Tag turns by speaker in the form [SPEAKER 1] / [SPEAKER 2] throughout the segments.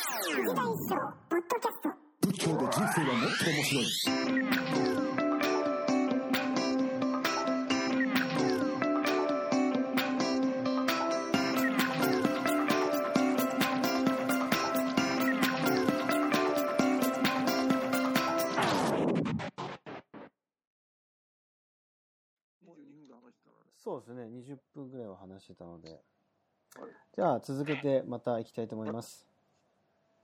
[SPEAKER 1] 劇団一生ポッドキャスト
[SPEAKER 2] 仏教で人生はもっと面白い。
[SPEAKER 3] もう2分ぐらい話してたからね。
[SPEAKER 4] そうですね、20分ぐらいは話してたので
[SPEAKER 3] はい。
[SPEAKER 4] じゃあ続けてまた行きたいと思います。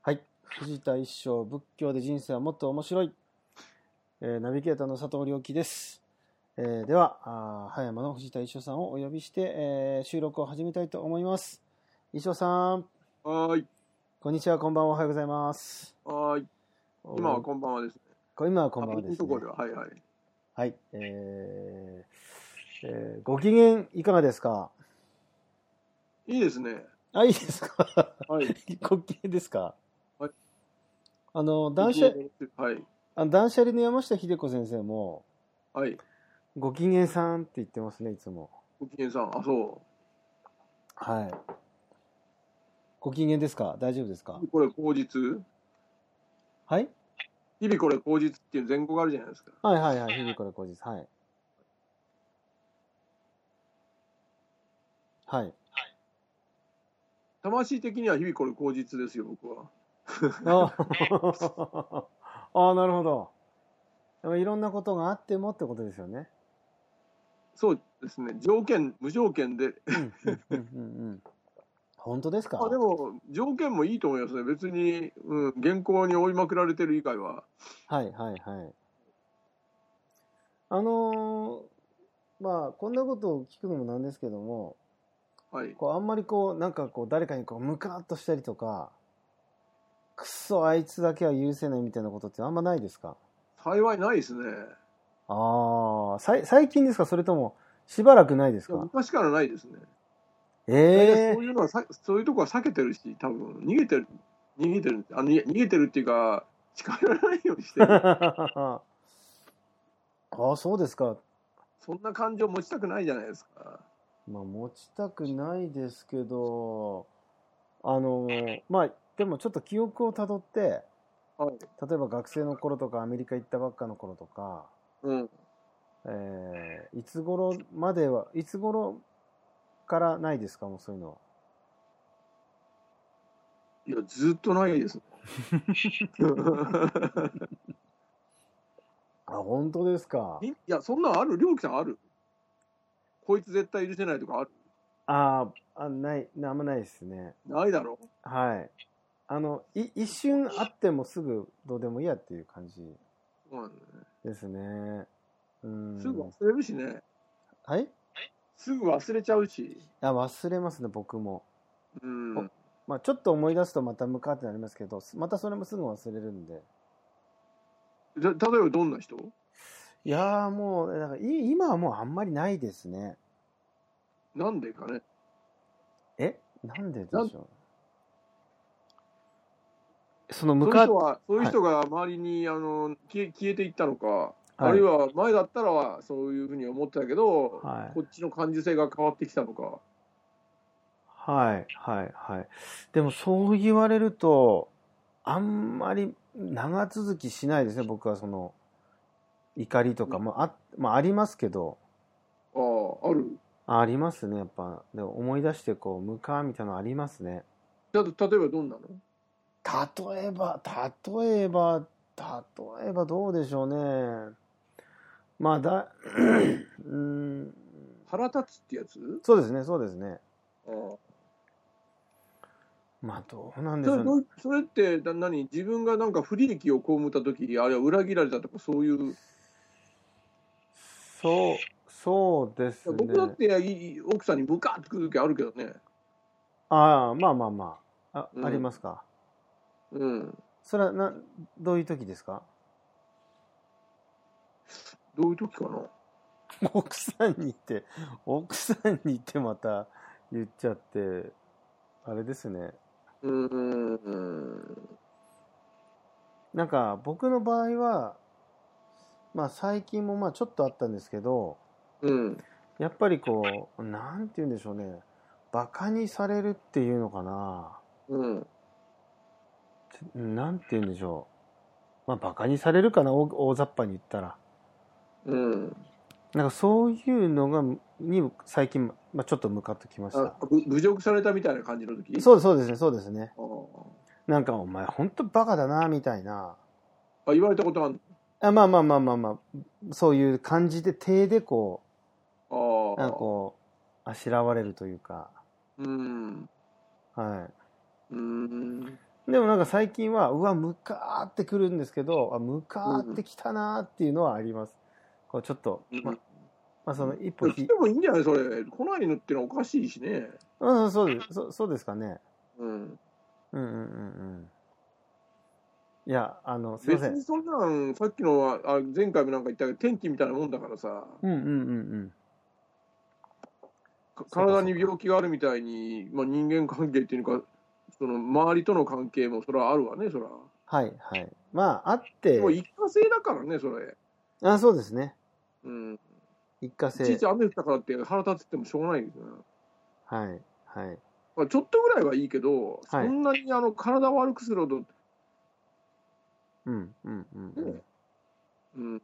[SPEAKER 4] はい。藤田一生、仏教で人生はもっと面白い。えーナビゲーターの佐藤良樹です。えーでは、あー葉山の藤田一生さんをお呼びして、えー収録を始めたいと思います。一生さん、
[SPEAKER 3] はーい。
[SPEAKER 4] こんにちは、こんばんは、おはようございます。
[SPEAKER 3] はーい。今はこんばんはですね。
[SPEAKER 4] こ今はこんばんは
[SPEAKER 3] あ
[SPEAKER 4] で
[SPEAKER 3] いい
[SPEAKER 4] す、
[SPEAKER 3] とこ
[SPEAKER 4] ね
[SPEAKER 3] で。は、はいはい。
[SPEAKER 4] はい。えーえーご機嫌いかがですか
[SPEAKER 3] いいですね。
[SPEAKER 4] あ、いいですか
[SPEAKER 3] はい。
[SPEAKER 4] ご機嫌ですか
[SPEAKER 3] はい
[SPEAKER 4] あの、断捨、
[SPEAKER 3] はい。
[SPEAKER 4] あの断捨離の山下秀子先生も、
[SPEAKER 3] はい。
[SPEAKER 4] ご機嫌さんって言ってますね、いつも。
[SPEAKER 3] ご機嫌さん。あ、そ
[SPEAKER 4] はい。ご機嫌ですか大丈夫ですか
[SPEAKER 3] う。これ口実
[SPEAKER 4] はい
[SPEAKER 3] 日々これ口実っていう前後があるじゃないですか。
[SPEAKER 4] はいはいはい、日々から後日。はい。はい。
[SPEAKER 3] 魂的には日々これ口実ですよ、僕は。
[SPEAKER 4] ああー、なるほど。でもいろんなことがあってもってことですよね。
[SPEAKER 3] そうですね。条件、無条件で。
[SPEAKER 4] うんうんうんうん本当ですか
[SPEAKER 3] あでも、条件もいいと思いますね。別に、うん、原稿に追いまくられてる以外は。
[SPEAKER 4] はいはいはい。あのーまあこんなことを聞くのもなんですけども
[SPEAKER 3] はい。
[SPEAKER 4] こうあんまりこうなんかこう誰かにこうムカッとしたりとかくっそあいつだけは許せないみたいなことってあんまないですか
[SPEAKER 3] 幸いないですね。
[SPEAKER 4] ああさい最近ですかそれともしばらくないですか
[SPEAKER 3] 昔からないですね。
[SPEAKER 4] ええ
[SPEAKER 3] そういうのはさ、そういうとこは避けてるし、多分逃げてる、逃げてる、あに逃げてるっていうか、近寄らないようにしてる、
[SPEAKER 4] ああそうですか
[SPEAKER 3] そんな感情持ちたくないじゃないですか。
[SPEAKER 4] まあ、持ちたくないですけど、あの、まあ、でもちょっと記憶をたどって、
[SPEAKER 3] はい。
[SPEAKER 4] 例えば学生の頃とかアメリカ行ったばっかの頃とか、
[SPEAKER 3] うん。
[SPEAKER 4] えーいつ頃までは、いつ頃からないですか、もうそういうのは。
[SPEAKER 3] いや、ずっとないです ね。
[SPEAKER 4] あ、本当ですか
[SPEAKER 3] い。や、そんなんある、りょうきさんある。こいつ絶対許せないとかある。
[SPEAKER 4] あーあ、ない、あんまないですね。
[SPEAKER 3] ないだろ
[SPEAKER 4] はい。あの、い一瞬あってもすぐどうでもいいやっていう感じ
[SPEAKER 3] そうなんだよ
[SPEAKER 4] ですね。うん。
[SPEAKER 3] ね。すぐ忘れるしね。
[SPEAKER 4] はい
[SPEAKER 3] すぐ忘れちゃうし。
[SPEAKER 4] あ、忘れますね、僕も。
[SPEAKER 3] うん。
[SPEAKER 4] おまあ、ちょっと思い出すとまたムカってなりますけどすまたそれもすぐ忘れるんで
[SPEAKER 3] じゃ例えばどんな人
[SPEAKER 4] いやーもうだからい今はもうあんまりないですね
[SPEAKER 3] なんでかね。
[SPEAKER 4] えなんででし
[SPEAKER 3] なん
[SPEAKER 4] ょうその
[SPEAKER 3] そ
[SPEAKER 4] ム
[SPEAKER 3] ういう
[SPEAKER 4] カ
[SPEAKER 3] 人は、そういう人が周りに、あの消え消えていったのか、
[SPEAKER 4] はい
[SPEAKER 3] あるいは前だったらはそういうふうに思ってたけど、
[SPEAKER 4] はい
[SPEAKER 3] こっちの感受性が変わってきたのか、
[SPEAKER 4] はいはいはいでもそう言われるとあんまり長続きしないですね僕はその怒りとかもあ,、まあ、ありますけど
[SPEAKER 3] ああ、ある。
[SPEAKER 4] あありますねやっぱで思い出してこうムカみたいなのありますね
[SPEAKER 3] だと例えばどんなの
[SPEAKER 4] 例えば例えば例えばどうでしょうねまあだ うーん
[SPEAKER 3] 腹立つってやつ
[SPEAKER 4] そうですねそうですね
[SPEAKER 3] ああ
[SPEAKER 4] まあどうなんでし
[SPEAKER 3] そ
[SPEAKER 4] ょ
[SPEAKER 3] れ
[SPEAKER 4] うね
[SPEAKER 3] どうそれってだ何自分がなんか不利益を被った時あるいは裏切られたとかそういう
[SPEAKER 4] そうそうですね
[SPEAKER 3] 僕だっていい奥さんにブカッてくる時あるけどね
[SPEAKER 4] ああまあまあまああ,、
[SPEAKER 3] うん
[SPEAKER 4] ありますか
[SPEAKER 3] うん
[SPEAKER 4] それはなどういう時ですか
[SPEAKER 3] どういう時かな
[SPEAKER 4] 奥さんに言って奥さんに言ってまた言っちゃってあれですね
[SPEAKER 3] うーん
[SPEAKER 4] なんか僕の場合はまあ最近もまあちょっとあったんですけど
[SPEAKER 3] うん
[SPEAKER 4] やっぱりこう、なんて言うんでしょうね。バカにされるっていうのかな。
[SPEAKER 3] うん
[SPEAKER 4] うんなんて言うんでしょう。まあ、バカにされるかな、大大雑把に言ったら。
[SPEAKER 3] うん、
[SPEAKER 4] なんかそういうのが、に最近、まあ、ちょっと向かってきまし
[SPEAKER 3] あ
[SPEAKER 4] た。
[SPEAKER 3] ぶ侮辱されたみたいな感じの時
[SPEAKER 4] そうです、そうですね、そうですね。
[SPEAKER 3] う
[SPEAKER 4] なんか、お前、ほんとバカだな、みたいな。
[SPEAKER 3] ああ言われたことある
[SPEAKER 4] あまあまあまあまあまあ、そういう感じで、手で
[SPEAKER 3] の
[SPEAKER 4] こう、なんかこう、あしらわれるというか。
[SPEAKER 3] ううん
[SPEAKER 4] は
[SPEAKER 3] うん
[SPEAKER 4] い。でもなんか最近は、うわ、向かーってくるんですけど、あ、向かーってきたなーっていうのはあります。こう、ちょっと、まあ、まあ、その一歩
[SPEAKER 3] 来
[SPEAKER 4] ひ
[SPEAKER 3] て、もいいんじゃないそれ来ないのってのはおかしいしね
[SPEAKER 4] うん、そうです、そうそうですかね。
[SPEAKER 3] うん
[SPEAKER 4] うんうんうんうん。いや、あの、すいませ
[SPEAKER 3] 別
[SPEAKER 4] ん。
[SPEAKER 3] にそんなんさっきのはあ前回もなんか言ったけど天気みたいなもんだからさ
[SPEAKER 4] うんうんうん
[SPEAKER 3] か
[SPEAKER 4] そうか
[SPEAKER 3] 体に病気があるみたいに、まあ、人間関係っていうかその周りとの関係もそれはあるわねそれは
[SPEAKER 4] はいはい。まあ、あって
[SPEAKER 3] も、う一過性だからねそれ
[SPEAKER 4] あそうですね。
[SPEAKER 3] うん
[SPEAKER 4] 一過
[SPEAKER 3] いちい
[SPEAKER 4] 性
[SPEAKER 3] ち。雨降ったからって腹立っててもしょうがないですよね
[SPEAKER 4] はいはい。
[SPEAKER 3] まあ、ちょっとぐらいはいいけど、
[SPEAKER 4] はい
[SPEAKER 3] そんなにあの体を悪くするほど、
[SPEAKER 4] うんうんうんうん。
[SPEAKER 3] うん、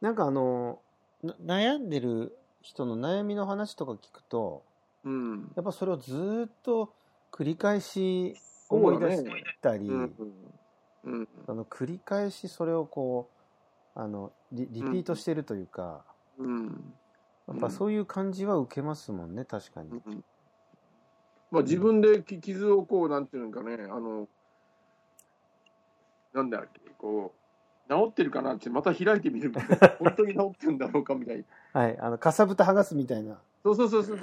[SPEAKER 4] なんかあの、な悩んでる人の悩みの話とか聞くと、
[SPEAKER 3] うん、
[SPEAKER 4] やっぱそれをずーっと繰り返し
[SPEAKER 3] そ
[SPEAKER 4] 思
[SPEAKER 3] う
[SPEAKER 4] い
[SPEAKER 3] だ
[SPEAKER 4] 出
[SPEAKER 3] ね
[SPEAKER 4] したり、
[SPEAKER 3] うん、うん、
[SPEAKER 4] あの繰り返しそれをこう、あのリリピートしてるというか、
[SPEAKER 3] うん、
[SPEAKER 4] やっぱそういう感じは受けますもんね、確かに。
[SPEAKER 3] うんまあ自分でき傷をこう、なんていうのかね、あの、なんだっけ、こう、治ってるかなって、また開いてみるみたい な、本当に治ってるんだろうかみたいな。
[SPEAKER 4] はい、あの、かさぶた剥がすみたいな、
[SPEAKER 3] そうそう そうそう。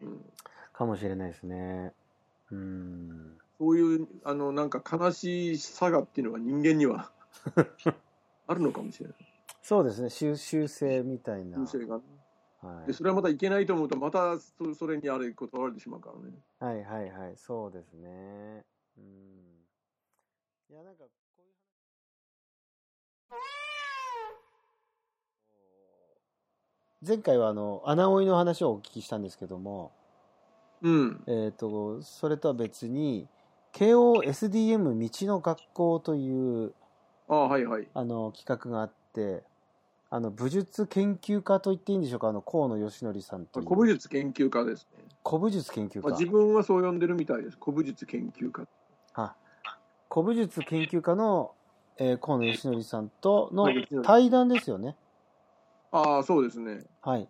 [SPEAKER 3] うん
[SPEAKER 4] かもしれないですね。うーん。
[SPEAKER 3] そういう、あの、なんか悲しさがっていうのが人間に はあるのかもしれない。
[SPEAKER 4] そうですね、修修正みたいな。
[SPEAKER 3] 人生がね
[SPEAKER 4] は
[SPEAKER 3] でそれはまたいけないと思うとまたそそれにあれ断られてしまうからね。
[SPEAKER 4] い、はい、はい、はい、そうですね。うん。いや、なんか、こういう前回はあの、穴追いの話をお聞きしたんですけども、
[SPEAKER 3] うん。
[SPEAKER 4] えっ、と、それとは別に、KOSDM 道の学校という、
[SPEAKER 3] ああはいはい。
[SPEAKER 4] あの、企画があって、あの、武術研究家と言っていいんでしょうか、あの、河野義則さんという。
[SPEAKER 3] 古武術研究家ですね。
[SPEAKER 4] 古武術研究
[SPEAKER 3] まあ、
[SPEAKER 4] 家。
[SPEAKER 3] 自分はそう呼んでるみたいです。古武術研究家。
[SPEAKER 4] あ古武術研究家の、えー河野義則さんとの
[SPEAKER 3] はい義則
[SPEAKER 4] 対談ですよね。
[SPEAKER 3] ああそうですね。
[SPEAKER 4] はい。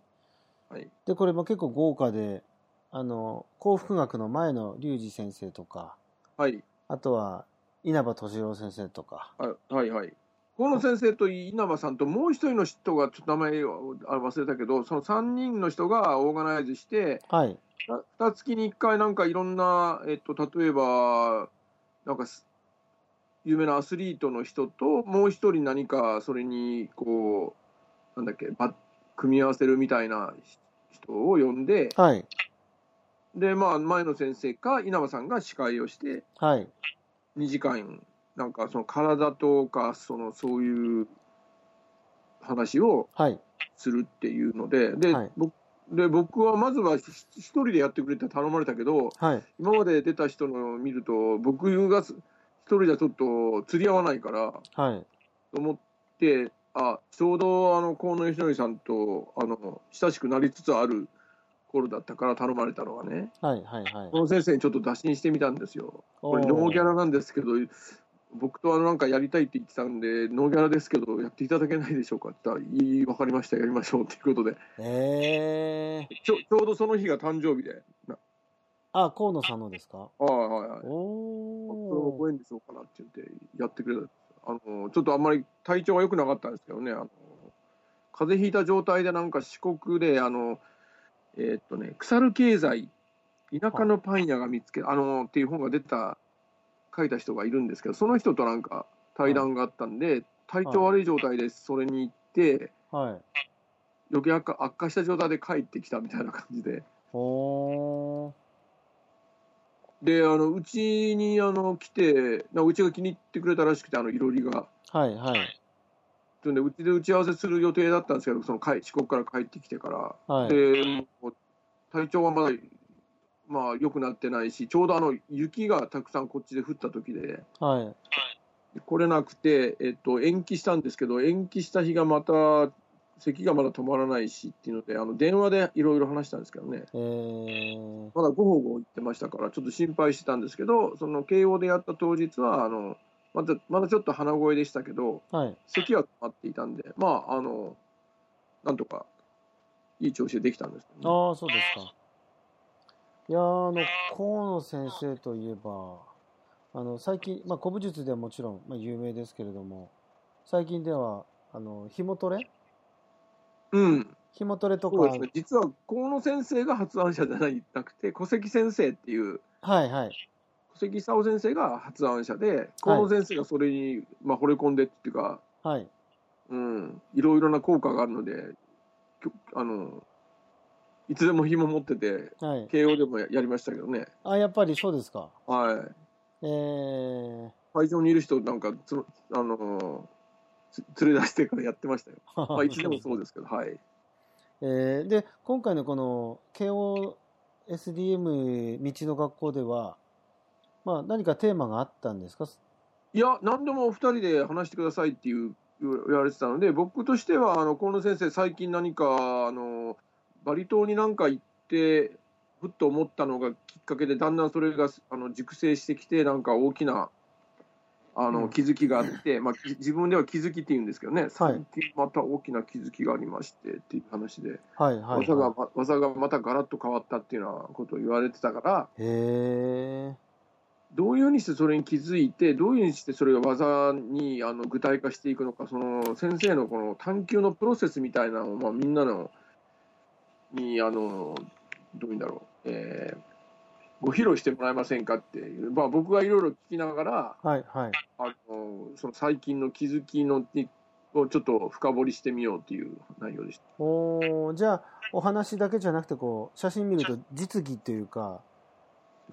[SPEAKER 3] はい。
[SPEAKER 4] で、これも結構豪華で、あの、幸福学の前の隆二先生とか、
[SPEAKER 3] はい
[SPEAKER 4] あとは稲葉敏郎先生とか、
[SPEAKER 3] あはいはい。河野先生と稲葉さんともう一人の人がちょっと名前をあ忘れたけどその3人の人がオーガナイズして
[SPEAKER 4] はい。
[SPEAKER 3] ふた月に1回なんかいろんな、えっと、例えばなんかす有名なアスリートの人ともう一人何かそれにこうなんだっけば組み合わせるみたいな人を呼んで
[SPEAKER 4] はい。
[SPEAKER 3] で、まあ、前の先生か稲葉さんが司会をして
[SPEAKER 4] はい。
[SPEAKER 3] 2時間なんかその体とかそのそういう話を
[SPEAKER 4] はい。
[SPEAKER 3] するっていうのでで,、
[SPEAKER 4] はい
[SPEAKER 3] 僕で僕はまずはひ一人でやってくれって頼まれたけど
[SPEAKER 4] はい。
[SPEAKER 3] 今まで出た人のを見ると僕がす一人じゃちょっと釣り合わないから
[SPEAKER 4] はい。
[SPEAKER 3] と思ってあちょうどあの河野義則さんとあの親しくなりつつある頃だったから頼まれたのはね
[SPEAKER 4] はい。はい。はい
[SPEAKER 3] こ。の先生にちょっと打診してみたんですよ。こ
[SPEAKER 4] こ
[SPEAKER 3] れノーギャラなんですけど僕とあのなんかやりたいって言ってたんでノーギャラですけどやっていただけないでしょうかって言ったら「いい分かりましたやりましょう」っていうことで
[SPEAKER 4] ええー。
[SPEAKER 3] ちょちょうどその日が誕生日でな
[SPEAKER 4] あ、河野さんのですか
[SPEAKER 3] ああはいはい
[SPEAKER 4] お
[SPEAKER 3] ご
[SPEAKER 4] ー。
[SPEAKER 3] 縁でしょうかなって言ってやってくれたあのちょっとあんまり体調が良くなかったんですけどねあの風邪ひいた状態でなんか四国であのえーっとね腐る経済田舎のパン屋が見つけあのっていう本が出た書いた人がいるんですけどその人となんか対談があったんで体調悪い状態でそれに行って
[SPEAKER 4] はい。
[SPEAKER 3] 余計悪化悪化した状態で帰ってきたみたいな感じで
[SPEAKER 4] おー。
[SPEAKER 3] であのうちにあの来てなうちが気に入ってくれたらしくてあのいろりが。
[SPEAKER 4] はい。はい。
[SPEAKER 3] それでうちで打ち合わせする予定だったんですけどその帰四国から帰ってきてから、
[SPEAKER 4] はい。
[SPEAKER 3] でもう体調はまだまあ良くなってないし、ちょうどあの雪がたくさんこっちで降った時で、
[SPEAKER 4] はい。
[SPEAKER 3] 来れなくて、えっと、延期したんですけど、延期した日がまた、咳がまだ止まらないしっていうので、あの電話でいろいろ話したんですけどね、
[SPEAKER 4] えー、
[SPEAKER 3] まだごほご言ってましたから、ちょっと心配してたんですけど、その慶応でやった当日は、あのまだまだちょっと鼻声でしたけど、
[SPEAKER 4] はい。
[SPEAKER 3] 咳は止まっていたんで、まあ、あのなんとかいい調子でできたんですけどね、
[SPEAKER 4] ああ、そうですか。いやーあの、河野先生といえば、あの、最近、まあ、古武術ではもちろん、まあ、有名ですけれども、最近では、あの、紐トレ
[SPEAKER 3] うん、
[SPEAKER 4] 紐トレとか、
[SPEAKER 3] そうですね、実は河野先生が発案者じゃないなくて、小関先生っていう、
[SPEAKER 4] はいはい。
[SPEAKER 3] 小関久夫先生が発案者で、河野先生がそれに、まあ、惚れ込んでっていうか、
[SPEAKER 4] はい。
[SPEAKER 3] うん、いろいろな効果があるので、きょあのいつでも紐持ってて、
[SPEAKER 4] はい。
[SPEAKER 3] 慶応でもややりましたけどね、
[SPEAKER 4] あ、やっぱりそうですか。
[SPEAKER 3] はい、
[SPEAKER 4] えー、
[SPEAKER 3] 会場にいる人、なんかつの、あのーつ連れ出してからやってましたよ、まあ、いつでもそうですけど、はい、
[SPEAKER 4] えーで、今回のこの KOSDM 道の学校では、まあ何かテーマがあったんですか
[SPEAKER 3] いや、何でもお二人で話してくださいっていう言われてたので、僕としては、あの河野先生、最近何か、あのバリ島に何か行って、ふっと思ったのがきっかけで、だんだんそれがあの熟成してきて、なんか大きな。あ
[SPEAKER 4] う
[SPEAKER 3] の
[SPEAKER 4] ん
[SPEAKER 3] 気づきがあって、まあ、じ自分では気づきって言うんですけどね、最近また大きな気づきがありましてっていう話で、
[SPEAKER 4] はいはい、
[SPEAKER 3] 技が
[SPEAKER 4] は
[SPEAKER 3] ま技がまたガラッと変わったっていうようなことを言われてたから
[SPEAKER 4] い。へえ。
[SPEAKER 3] どういうふうにしてそれに気づいてどういうふうにしてそれが技にあの具体化していくのかその先生のこの探究のプロセスみたいなのを、まあ、みんなのにあのどういうんだろう、えーご披露してもらえませんかっていう、まあ、僕がいろいろ聞きながら
[SPEAKER 4] はいはい。
[SPEAKER 3] あのその最近の気づきのにをちょっと深掘りしてみようっていう内容でした。
[SPEAKER 4] おーじゃあ、お話だけじゃなくて、こう、写真見ると実技というか、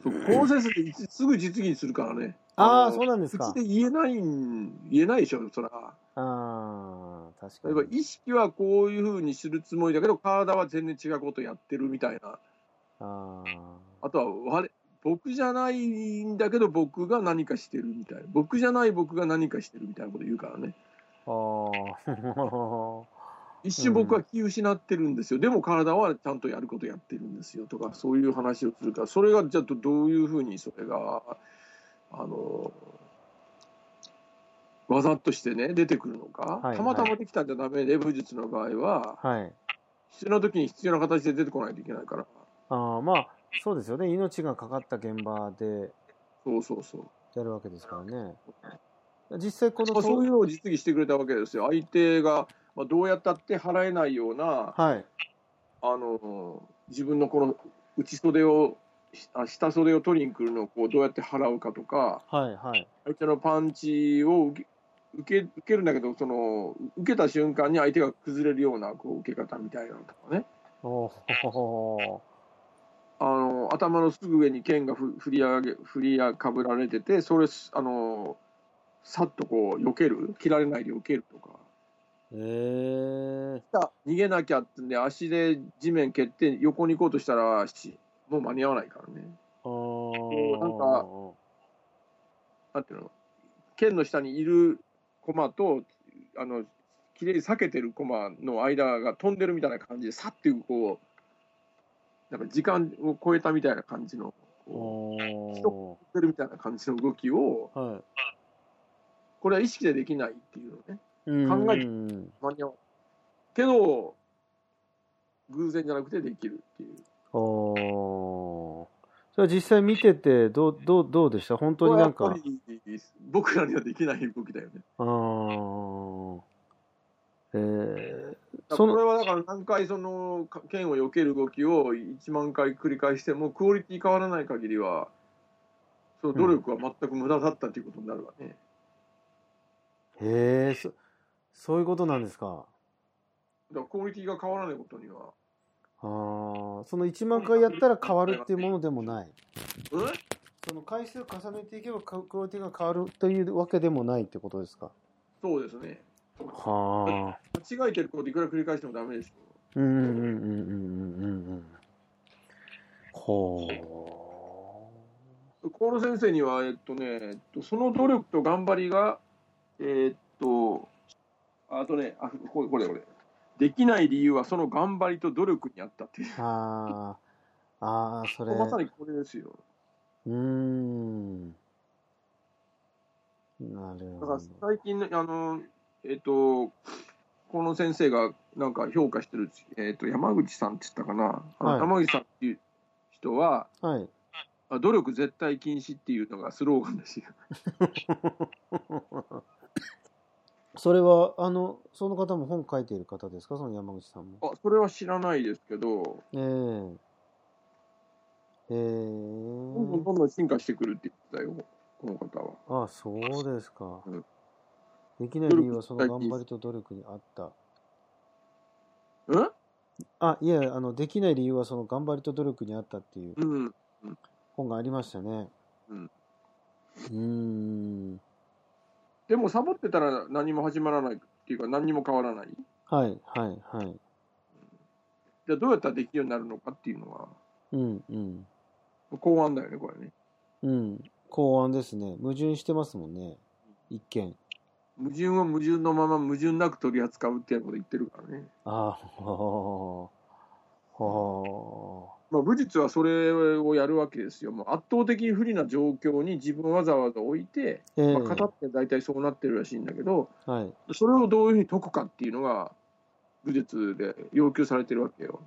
[SPEAKER 3] そう高先生っていつすぐ実技するからね。
[SPEAKER 4] あー
[SPEAKER 3] の
[SPEAKER 4] そうなんですか
[SPEAKER 3] 普通で言えないん、言えないでしょ、そら。
[SPEAKER 4] ああ、確
[SPEAKER 3] 例えば
[SPEAKER 4] かに。
[SPEAKER 3] 意識はこういうふうにするつもりだけど、体は全然違うことやってるみたいな。
[SPEAKER 4] あ
[SPEAKER 3] あとは我、僕じゃないんだけど、僕が何かしてるみたいな。僕じゃない僕が何かしてるみたいなこと言うからね。
[SPEAKER 4] あ、あ
[SPEAKER 3] 一瞬僕は気失ってるんですよ。でも体はちゃんとやることやってるんですよとか、そういう話をするから、それがじゃあどどういうふうにそれが、あの、技としてね、出てくるのか、
[SPEAKER 4] はい
[SPEAKER 3] たまたまできたんじゃダメで、武術の場合は、
[SPEAKER 4] あ、 はい。
[SPEAKER 3] 必要な時に必要な形で出てこないといけないから、
[SPEAKER 4] ああ、まあ、そうですよね。命がかかった現場で
[SPEAKER 3] そうそうそう。
[SPEAKER 4] やるわけですからね。実際この
[SPEAKER 3] まあ、そういう
[SPEAKER 4] う、
[SPEAKER 3] のを実技してくれたわけですよ。相手が、まあ、どうやったって払えないような、
[SPEAKER 4] はい。
[SPEAKER 3] あの自分のこの内袖をあ下袖を取りに来るのをこうどうやって払うかとか
[SPEAKER 4] はいはい。
[SPEAKER 3] 相手のパンチを受け受け受けるんだけどその受けた瞬間に相手が崩れるようなこう受け方みたいなのとかね
[SPEAKER 4] おー
[SPEAKER 3] あの頭のすぐ上に剣がふ振り上げ振りやかぶられててそれすあのさっとこう避ける切られないで避けるとか。
[SPEAKER 4] えー、
[SPEAKER 3] 逃げなきゃってんで足で地面蹴って横に行こうとしたらしもう間に合わないからねう
[SPEAKER 4] あ
[SPEAKER 3] なんか
[SPEAKER 4] ー
[SPEAKER 3] なんていうの剣の下にいる駒とあのきれいに避けてる駒の間が飛んでるみたいな感じでさっていうこうなんか時間を超えたみたいな感じのこ
[SPEAKER 4] お
[SPEAKER 3] う飛んでるみたいな感じの動きを
[SPEAKER 4] ーはい
[SPEAKER 3] これは意識でできないっていうのね
[SPEAKER 4] うん
[SPEAKER 3] 考え間に合わないけど偶然じゃなくてできるっていう
[SPEAKER 4] おーそれ実際見ててどうどうどうでした本当になん
[SPEAKER 3] こ
[SPEAKER 4] か
[SPEAKER 3] れはやっぱり僕らにはできない動きだよね
[SPEAKER 4] あーえー、
[SPEAKER 3] だか
[SPEAKER 4] そ
[SPEAKER 3] らこれ
[SPEAKER 4] の
[SPEAKER 3] はだから何回そのか剣を避ける動きを1万回繰り返してもクオリティ変わらない限りはその努力は全く無駄だったということになるわね、
[SPEAKER 4] へえそそういうことなんですか
[SPEAKER 3] だからクオリティが変わらないことには
[SPEAKER 4] あーその1万回やったら変わるっていうものでもない
[SPEAKER 3] うん
[SPEAKER 4] その回数重ねていけばククオリティが変わるというわけでもないってことですか
[SPEAKER 3] そうですね
[SPEAKER 4] はあ
[SPEAKER 3] 間違えてることいくら繰り返してもダメでしょ
[SPEAKER 4] うんうんうんうんうんうんうんほ
[SPEAKER 3] コール先生には、えっとね、えっとその努力と頑張りが、えっと、あとね、あこれ、これ、これ、できない理由はその頑張りと努力にあったっていう、
[SPEAKER 4] う。ああ、ああ、それ。
[SPEAKER 3] まさにこれですよ。
[SPEAKER 4] うーん。なる
[SPEAKER 3] だか
[SPEAKER 4] ほ
[SPEAKER 3] ら
[SPEAKER 4] ど。
[SPEAKER 3] 最近ね、あの、えっと、河野先生がなんか評価してる、えっと、山口さんって言ったかな、あの
[SPEAKER 4] はい
[SPEAKER 3] 山口さんっていう人は、
[SPEAKER 4] はい。
[SPEAKER 3] あ努力絶対禁止っていうのがスローガンですよ。
[SPEAKER 4] それは、あの、その方も本書いている方ですかその山口さんも。
[SPEAKER 3] あ、それは知らないですけど、
[SPEAKER 4] ええええ
[SPEAKER 3] どんどんどんどん進化してくるって言ってたよ、この方は。
[SPEAKER 4] あ、そうですか
[SPEAKER 3] うん。
[SPEAKER 4] できない理由はその頑張りと努力にあった。
[SPEAKER 3] うん
[SPEAKER 4] あ、いや、あの、できない理由はその頑張りと努力にあったっていう
[SPEAKER 3] うん、
[SPEAKER 4] 本がありましたね。
[SPEAKER 3] うん
[SPEAKER 4] うーん。
[SPEAKER 3] でもサボってたら何も始まらないっていうか何にも変わらない。
[SPEAKER 4] はい、はい、はい。
[SPEAKER 3] じゃあどうやったらできるようになるのかっていうのは
[SPEAKER 4] うん、うん。
[SPEAKER 3] 考案だよねこれね。
[SPEAKER 4] うん。考案ですね。矛盾してますもんね。一見。
[SPEAKER 3] 矛盾は矛盾のまま矛盾なく取り扱うっていうこと言ってるからね。
[SPEAKER 4] ああ、はあ。はあ。
[SPEAKER 3] まあ、武術はそれをやるわけですよ。もう圧倒的に不利な状況に自分をわざわざ置いて、
[SPEAKER 4] ええ
[SPEAKER 3] まあ、型って大体そうなってるらしいんだけど、
[SPEAKER 4] はい。
[SPEAKER 3] それをどういうふうに解くかっていうのが武術で要求されてるわけよ。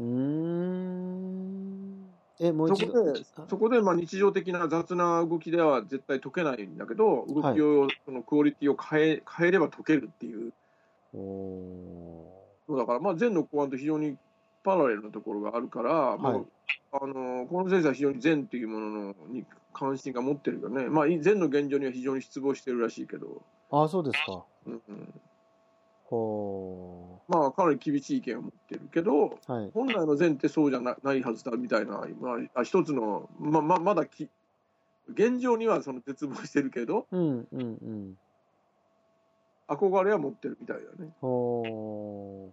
[SPEAKER 4] うーん。え、もう
[SPEAKER 3] そ
[SPEAKER 4] 一
[SPEAKER 3] こ
[SPEAKER 4] 度。
[SPEAKER 3] でそこでまあ日常的な雑な動きでは絶対解けないんだけど、動きを、そのクオリティを変え変えれば解けるっていう、
[SPEAKER 4] おお
[SPEAKER 3] そうだから、まあ、禅の公安と非常にパラレルなところがあるから、
[SPEAKER 4] い
[SPEAKER 3] まああのこの先生は非常に禅というもののに関心が持ってるよね、まあ、い禅の現状には非常に失望してるらしいけど、
[SPEAKER 4] ー。ああ、そうですか。
[SPEAKER 3] うんうん
[SPEAKER 4] ほ
[SPEAKER 3] まあ、かなり厳しい意見を持ってるけど、
[SPEAKER 4] う。はい。
[SPEAKER 3] 本来の善ってそうじゃなないはずだみたいな、まあ、あ一つの、まままだき現状にはその絶望してるけど、
[SPEAKER 4] うん、うん、うん。
[SPEAKER 3] 憧れは持ってるみたいだね。
[SPEAKER 4] ほ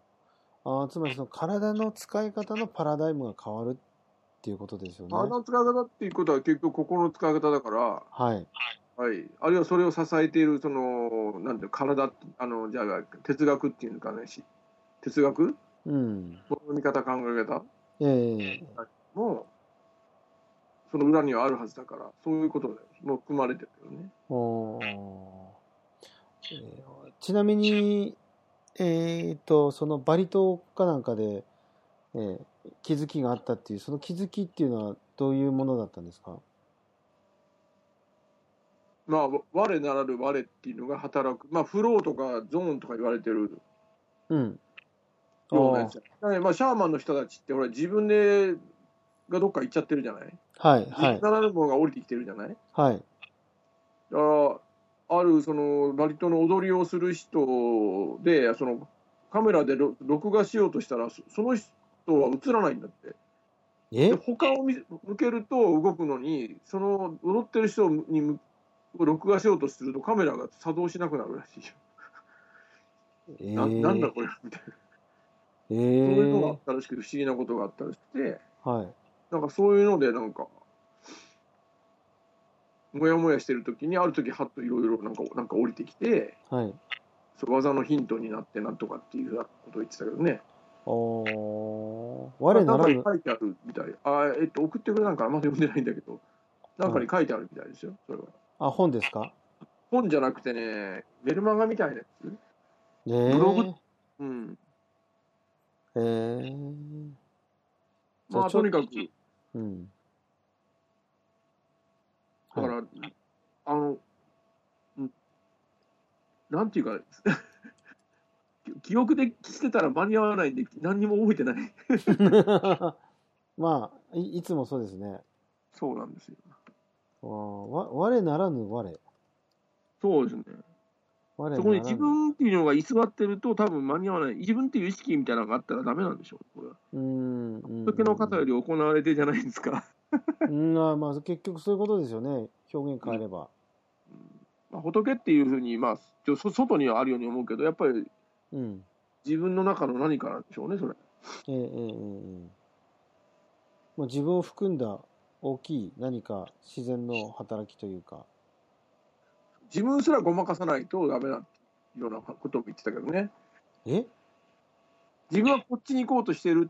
[SPEAKER 4] う。ああ、つまりその体の使い方のパラダイムが変わるっていうことですよね。
[SPEAKER 3] 体の使い方っていうことは結局心の使い方だか
[SPEAKER 4] はい。
[SPEAKER 3] ら、はい、あるいはそれを支えているそのなんていうの体あのじゃあ哲学っていうのかねし哲学
[SPEAKER 4] うん。
[SPEAKER 3] もの見方考え方
[SPEAKER 4] ええ
[SPEAKER 3] もその裏にはあるはずだからそういうことも含まれてるよね。
[SPEAKER 4] おーえーちなみに、えっと、そのバリ島かなんかで、えー気づきがあったっていう、その気づきっていうのはどういうものだったんですか
[SPEAKER 3] まあ我ならる我っていうのが働くまあフローとかゾーンとか言われてる
[SPEAKER 4] うん。
[SPEAKER 3] ようなやつだからまあシャーマンの人たちってほら自分でがどっか行っちゃってるじゃない
[SPEAKER 4] はい、は
[SPEAKER 3] 自
[SPEAKER 4] い
[SPEAKER 3] 分、ならぬものが降りてきてるじゃない
[SPEAKER 4] はい。
[SPEAKER 3] だからあるそのバリ島の踊りをする人でそのカメラでろ録画しようとしたらそその人は映らないんだって
[SPEAKER 4] え
[SPEAKER 3] で他を見向けると動くのにその踊ってる人にむ録画しようとするとカメラが作動しなくなるらしいよ、
[SPEAKER 4] え
[SPEAKER 3] な
[SPEAKER 4] ー
[SPEAKER 3] なんだこれみたいな
[SPEAKER 4] え
[SPEAKER 3] そういうのがあ
[SPEAKER 4] ー
[SPEAKER 3] っ、たらしくて不思議なことがあったらしくて
[SPEAKER 4] はい。
[SPEAKER 3] なんかそういうのでなんかもやもやしてる時にある時ハッといろいろなんかなんか降りてきて
[SPEAKER 4] はい。
[SPEAKER 3] そう技のヒントになってなんとかっていうようなことを言ってたけどね。
[SPEAKER 4] おー我
[SPEAKER 3] なん
[SPEAKER 4] なら
[SPEAKER 3] か
[SPEAKER 4] ぬ
[SPEAKER 3] に、書いてあるみたい。あえっと、送ってくれなんかあんまり読んでないんだけど、なんかに書いてあるみたいですよ、それは。
[SPEAKER 4] あ、本ですか
[SPEAKER 3] 本じゃなくてね、メルマガみたいなやつ。
[SPEAKER 4] えー、
[SPEAKER 3] ブログうん。
[SPEAKER 4] えー、じゃ
[SPEAKER 3] ま
[SPEAKER 4] あ
[SPEAKER 3] あ、
[SPEAKER 4] ちょ
[SPEAKER 3] とにかく、
[SPEAKER 4] うん。
[SPEAKER 3] だから、あの、うんなんていうか、 記憶でしてたら間に合わないんで、何にも覚えてない。
[SPEAKER 4] まあい、いつもそうですね。
[SPEAKER 3] そうなんですよ。
[SPEAKER 4] あーわ我ならぬ我。
[SPEAKER 3] そうですね。
[SPEAKER 4] 我
[SPEAKER 3] そこに
[SPEAKER 4] なら
[SPEAKER 3] 自
[SPEAKER 4] ぬ
[SPEAKER 3] 分っていうのが居座ってると、多分間に合わない。自分っていう意識みたいなのがあったらダメなんでしょう、これは。
[SPEAKER 4] うんうんうんうん。
[SPEAKER 3] 仏の方より行われてじゃないですか。
[SPEAKER 4] うん、あーまあ、結局そういうことですよね。表現変えれば。
[SPEAKER 3] まあ、仏っていうふうに、まあ、ちょそ外にはあるように思うけど、やっぱり
[SPEAKER 4] うん。
[SPEAKER 3] 自分の中の何かなんでしょうね、それ。
[SPEAKER 4] ええええええもう自分を含んだ大きい何か自然の働きというか、
[SPEAKER 3] 自分すらごまかさないとダメだっていうようなことも言ってたけどね
[SPEAKER 4] え
[SPEAKER 3] 自分はこっちに行こうとしてる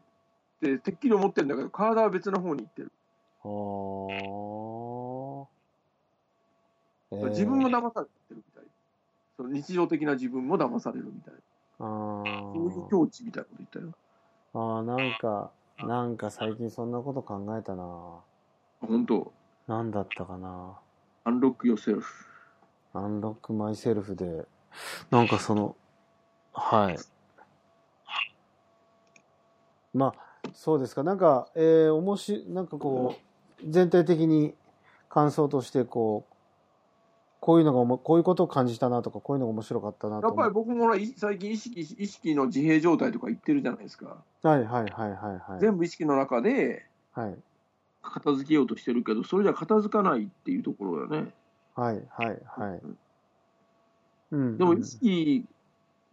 [SPEAKER 3] っててっきり思ってるんだけど体は別の方に行ってる、
[SPEAKER 4] あーえー
[SPEAKER 3] 自分も騙されてるみたいその日常的な自分も騙されるみたいな
[SPEAKER 4] あ
[SPEAKER 3] そういう
[SPEAKER 4] ー
[SPEAKER 3] 境地みたいなこと言ったよ
[SPEAKER 4] あーなんか、なんか最近そんなこと考えたな。
[SPEAKER 3] 本当
[SPEAKER 4] なんだったかな。
[SPEAKER 3] アンロックヨセルフ
[SPEAKER 4] アンロックマイセルフで、なんかその、はい。まあ、そうですか。なんか、えー、おもし、なんかこう、全体的に感想として、こう、こういうのがおも、こういうことを感じたなとか、こういうのが面白かったな
[SPEAKER 3] や
[SPEAKER 4] と
[SPEAKER 3] っぱ
[SPEAKER 4] か
[SPEAKER 3] り。僕もほらい最近意識意識の自閉状態とか言ってるじゃないですか、
[SPEAKER 4] はいはいはいはいはい。
[SPEAKER 3] 全部意識の中で
[SPEAKER 4] はい。
[SPEAKER 3] 片付けようとしてるけどそれじゃ片付かないっていうところだよね
[SPEAKER 4] はいはいはい。うん。
[SPEAKER 3] でも
[SPEAKER 4] うん
[SPEAKER 3] 意識、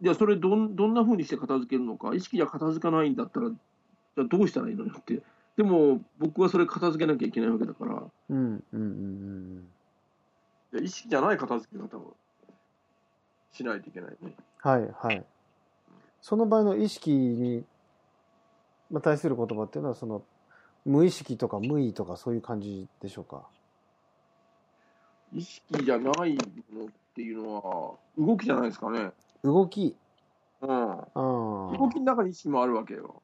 [SPEAKER 3] じゃあそれどんどんなふうにして片付けるのか、意識じゃ片付かないんだったら、じゃあどうしたらいいのよって、でも僕はそれ片付けなきゃいけないわけだから、
[SPEAKER 4] うんうんうんうん。
[SPEAKER 3] じゃあ意識じゃない片付け方をしないといけないね。
[SPEAKER 4] はいはい。その場合の意識に、まあ、対する言葉っていうのは、その、無意識とか無意とかそういう感じでしょうか。
[SPEAKER 3] 意識じゃないのっていうのは、動きじゃないですかね。
[SPEAKER 4] 動き。
[SPEAKER 3] うん、
[SPEAKER 4] ああ。
[SPEAKER 3] 動きの中に意識もあるわけよ。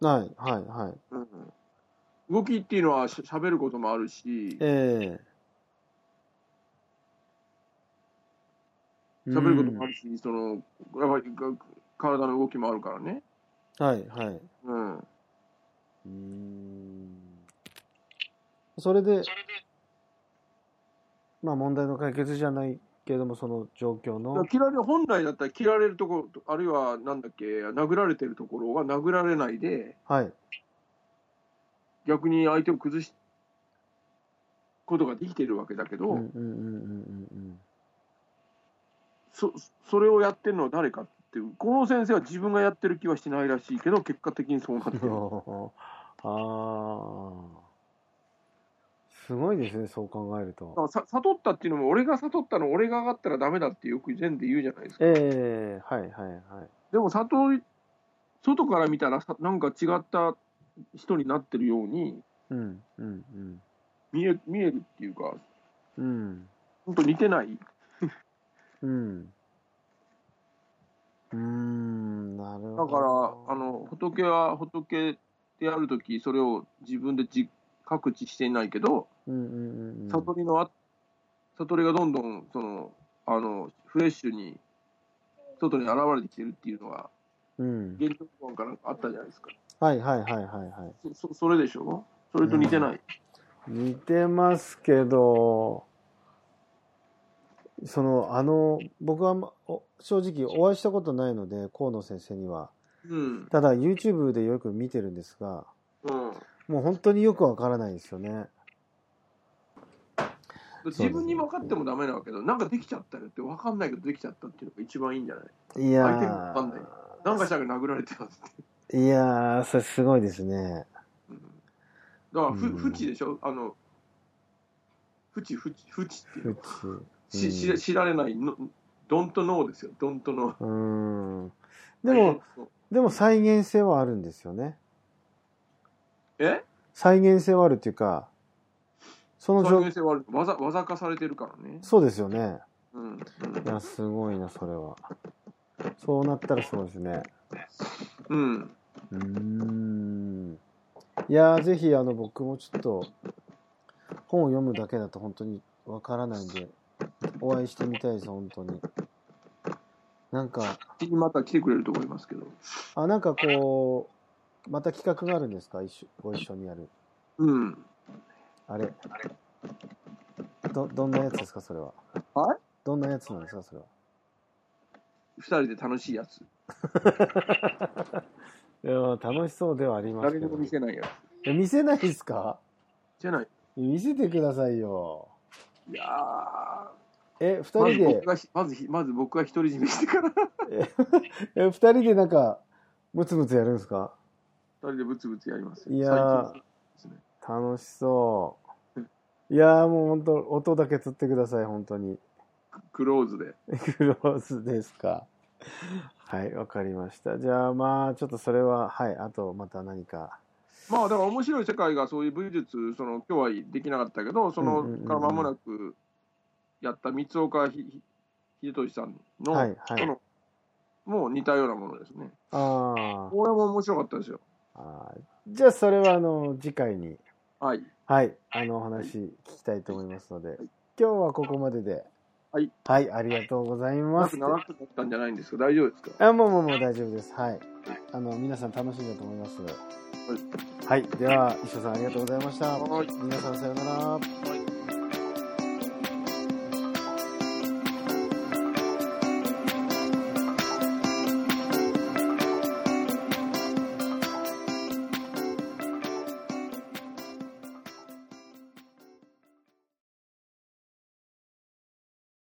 [SPEAKER 4] はいはいはい。
[SPEAKER 3] うん、動きっていうのはしゃべることもあるし、
[SPEAKER 4] ええ
[SPEAKER 3] 喋ることもあるし、そのやっぱりが体の動きもあるからね。
[SPEAKER 4] うんはいはい。
[SPEAKER 3] うん
[SPEAKER 4] うん。それで、まあ問題の解決じゃないけれども、その状況
[SPEAKER 3] だから
[SPEAKER 4] の。
[SPEAKER 3] 切られ本来だったら切られるところあるいはなんだっけ殴られてるところは殴られないで
[SPEAKER 4] はい。
[SPEAKER 3] 逆に相手を崩すことができてるわけだけど、
[SPEAKER 4] うんうんうんうんうん
[SPEAKER 3] そそれをやってるのは誰かっていうこの先生は自分がやってる気はしないらしいけど結果的にそうなってる
[SPEAKER 4] うん。ああ。すごいですね、そう考える
[SPEAKER 3] だ
[SPEAKER 4] と
[SPEAKER 3] か。らさ悟ったっていうのも俺が悟ったの俺が上がったらダメだってよく善で言うじゃないですか
[SPEAKER 4] ええはいはいはい。
[SPEAKER 3] でも悟り外から見たらさなんか違った人になってるように
[SPEAKER 4] うんうんうん。
[SPEAKER 3] 見え見えるっていうか
[SPEAKER 4] うん
[SPEAKER 3] 本当似てない
[SPEAKER 4] うん。うーん、なるほど。
[SPEAKER 3] だからあ、の仏は仏である時それを自分で自覚知していないけど
[SPEAKER 4] うんうんうん。
[SPEAKER 3] 悟りのあ悟りがどんどんそのあのフレッシュに外に現れてきてるっていうのが
[SPEAKER 4] うん。
[SPEAKER 3] 現状論かなんかあったじゃないですか
[SPEAKER 4] はいはいはいはいはい。
[SPEAKER 3] そそそれでしょそれと似てない、
[SPEAKER 4] 似てますけど、その、あの、僕はあんまお正直お会いしたことないので、河野先生には。
[SPEAKER 3] うん
[SPEAKER 4] ただ、YouTube でよく見てるんですが、
[SPEAKER 3] うん
[SPEAKER 4] もう本当によくわからないですよね。
[SPEAKER 3] 自分に分かってもダメなわけだなんかできちゃったよって分かんないけどできちゃったっていうのが一番いいんじゃない
[SPEAKER 4] いや
[SPEAKER 3] 相手にわかんないなんかしたら殴られてたんですって
[SPEAKER 4] ー、いやー、それすごいですね。
[SPEAKER 3] うんだからふ、
[SPEAKER 4] うん
[SPEAKER 3] ふちでしょあの、ふち、ふち、ふちっていうう
[SPEAKER 4] ち。う
[SPEAKER 3] し知ら知られないの、ドンとノーですよ、ドンとノー。
[SPEAKER 4] ーん。でも、、でも再現性はあるんですよね。
[SPEAKER 3] え
[SPEAKER 4] 再現性はあるっていうか、その
[SPEAKER 3] 再
[SPEAKER 4] 状
[SPEAKER 3] 現性悪い。わざ、わざ化されてるからね。
[SPEAKER 4] そうですよね。
[SPEAKER 3] うん。うん
[SPEAKER 4] いや、すごいな、それは。そうなったらすごいですね。
[SPEAKER 3] うん。
[SPEAKER 4] うーん。いやー、ぜひ、あの、僕もちょっと、本を読むだけだと本当にわからないんで、お会いしてみたいです、本当に。なんか、
[SPEAKER 3] 次また来てくれると思いますけど。
[SPEAKER 4] あ、なんかこう、また企画があるんですか一緒ご一緒にやる。
[SPEAKER 3] うん。
[SPEAKER 4] あれ。ど、どんなやつですか、それは。
[SPEAKER 3] はい
[SPEAKER 4] どんなやつなんですか、そ れは。
[SPEAKER 3] 二人で楽しいやつ。
[SPEAKER 4] いやー楽しそうではあります
[SPEAKER 3] 誰
[SPEAKER 4] け
[SPEAKER 3] に
[SPEAKER 4] ど
[SPEAKER 3] も。見せないやつ。
[SPEAKER 4] いや見せないですか
[SPEAKER 3] じゃない。
[SPEAKER 4] 見せてくださいよ。
[SPEAKER 3] いや
[SPEAKER 4] え、二
[SPEAKER 3] ー、ま
[SPEAKER 4] 人
[SPEAKER 3] ず
[SPEAKER 4] で
[SPEAKER 3] 僕、がひ、まずひ、まず僕が独り占めしてから、
[SPEAKER 4] え、二人でなんか、ムツムツやるんですか
[SPEAKER 3] 二人でブツブツやりますよ
[SPEAKER 4] いやー
[SPEAKER 3] 最近ですね。
[SPEAKER 4] 楽しそう。いやーもう本当音だけ釣ってください、本当に。
[SPEAKER 3] クローズで。
[SPEAKER 4] クローズですか。はい、わかりました。じゃあまあ、ちょっとそれは、はい、あとまた何か。
[SPEAKER 3] まあだから面白い世界がそういう武術、その今日はできなかったけど、その
[SPEAKER 4] うんうんうんうん
[SPEAKER 3] から間もなくやった三岡ひひ秀俊さんの、
[SPEAKER 4] はいはい
[SPEAKER 3] そのもう似たようなものですね。
[SPEAKER 4] あー
[SPEAKER 3] これも面白かったですよ。
[SPEAKER 4] あー。じゃあそれは、あの、次回に、
[SPEAKER 3] はい。
[SPEAKER 4] はい、あの、お話聞きたいと思いますので、今日はここまでで。
[SPEAKER 3] はい。
[SPEAKER 4] はい、ありがとうございま
[SPEAKER 3] 長
[SPEAKER 4] す
[SPEAKER 3] く。長くなったんじゃないんですか大丈夫ですか
[SPEAKER 4] あ、もうもうもう大丈夫です。はい。あの、皆さん楽しんだと思います。はい。では、石尾さんありがとうございました。
[SPEAKER 3] はい
[SPEAKER 4] 皆さんさようなら。
[SPEAKER 3] はい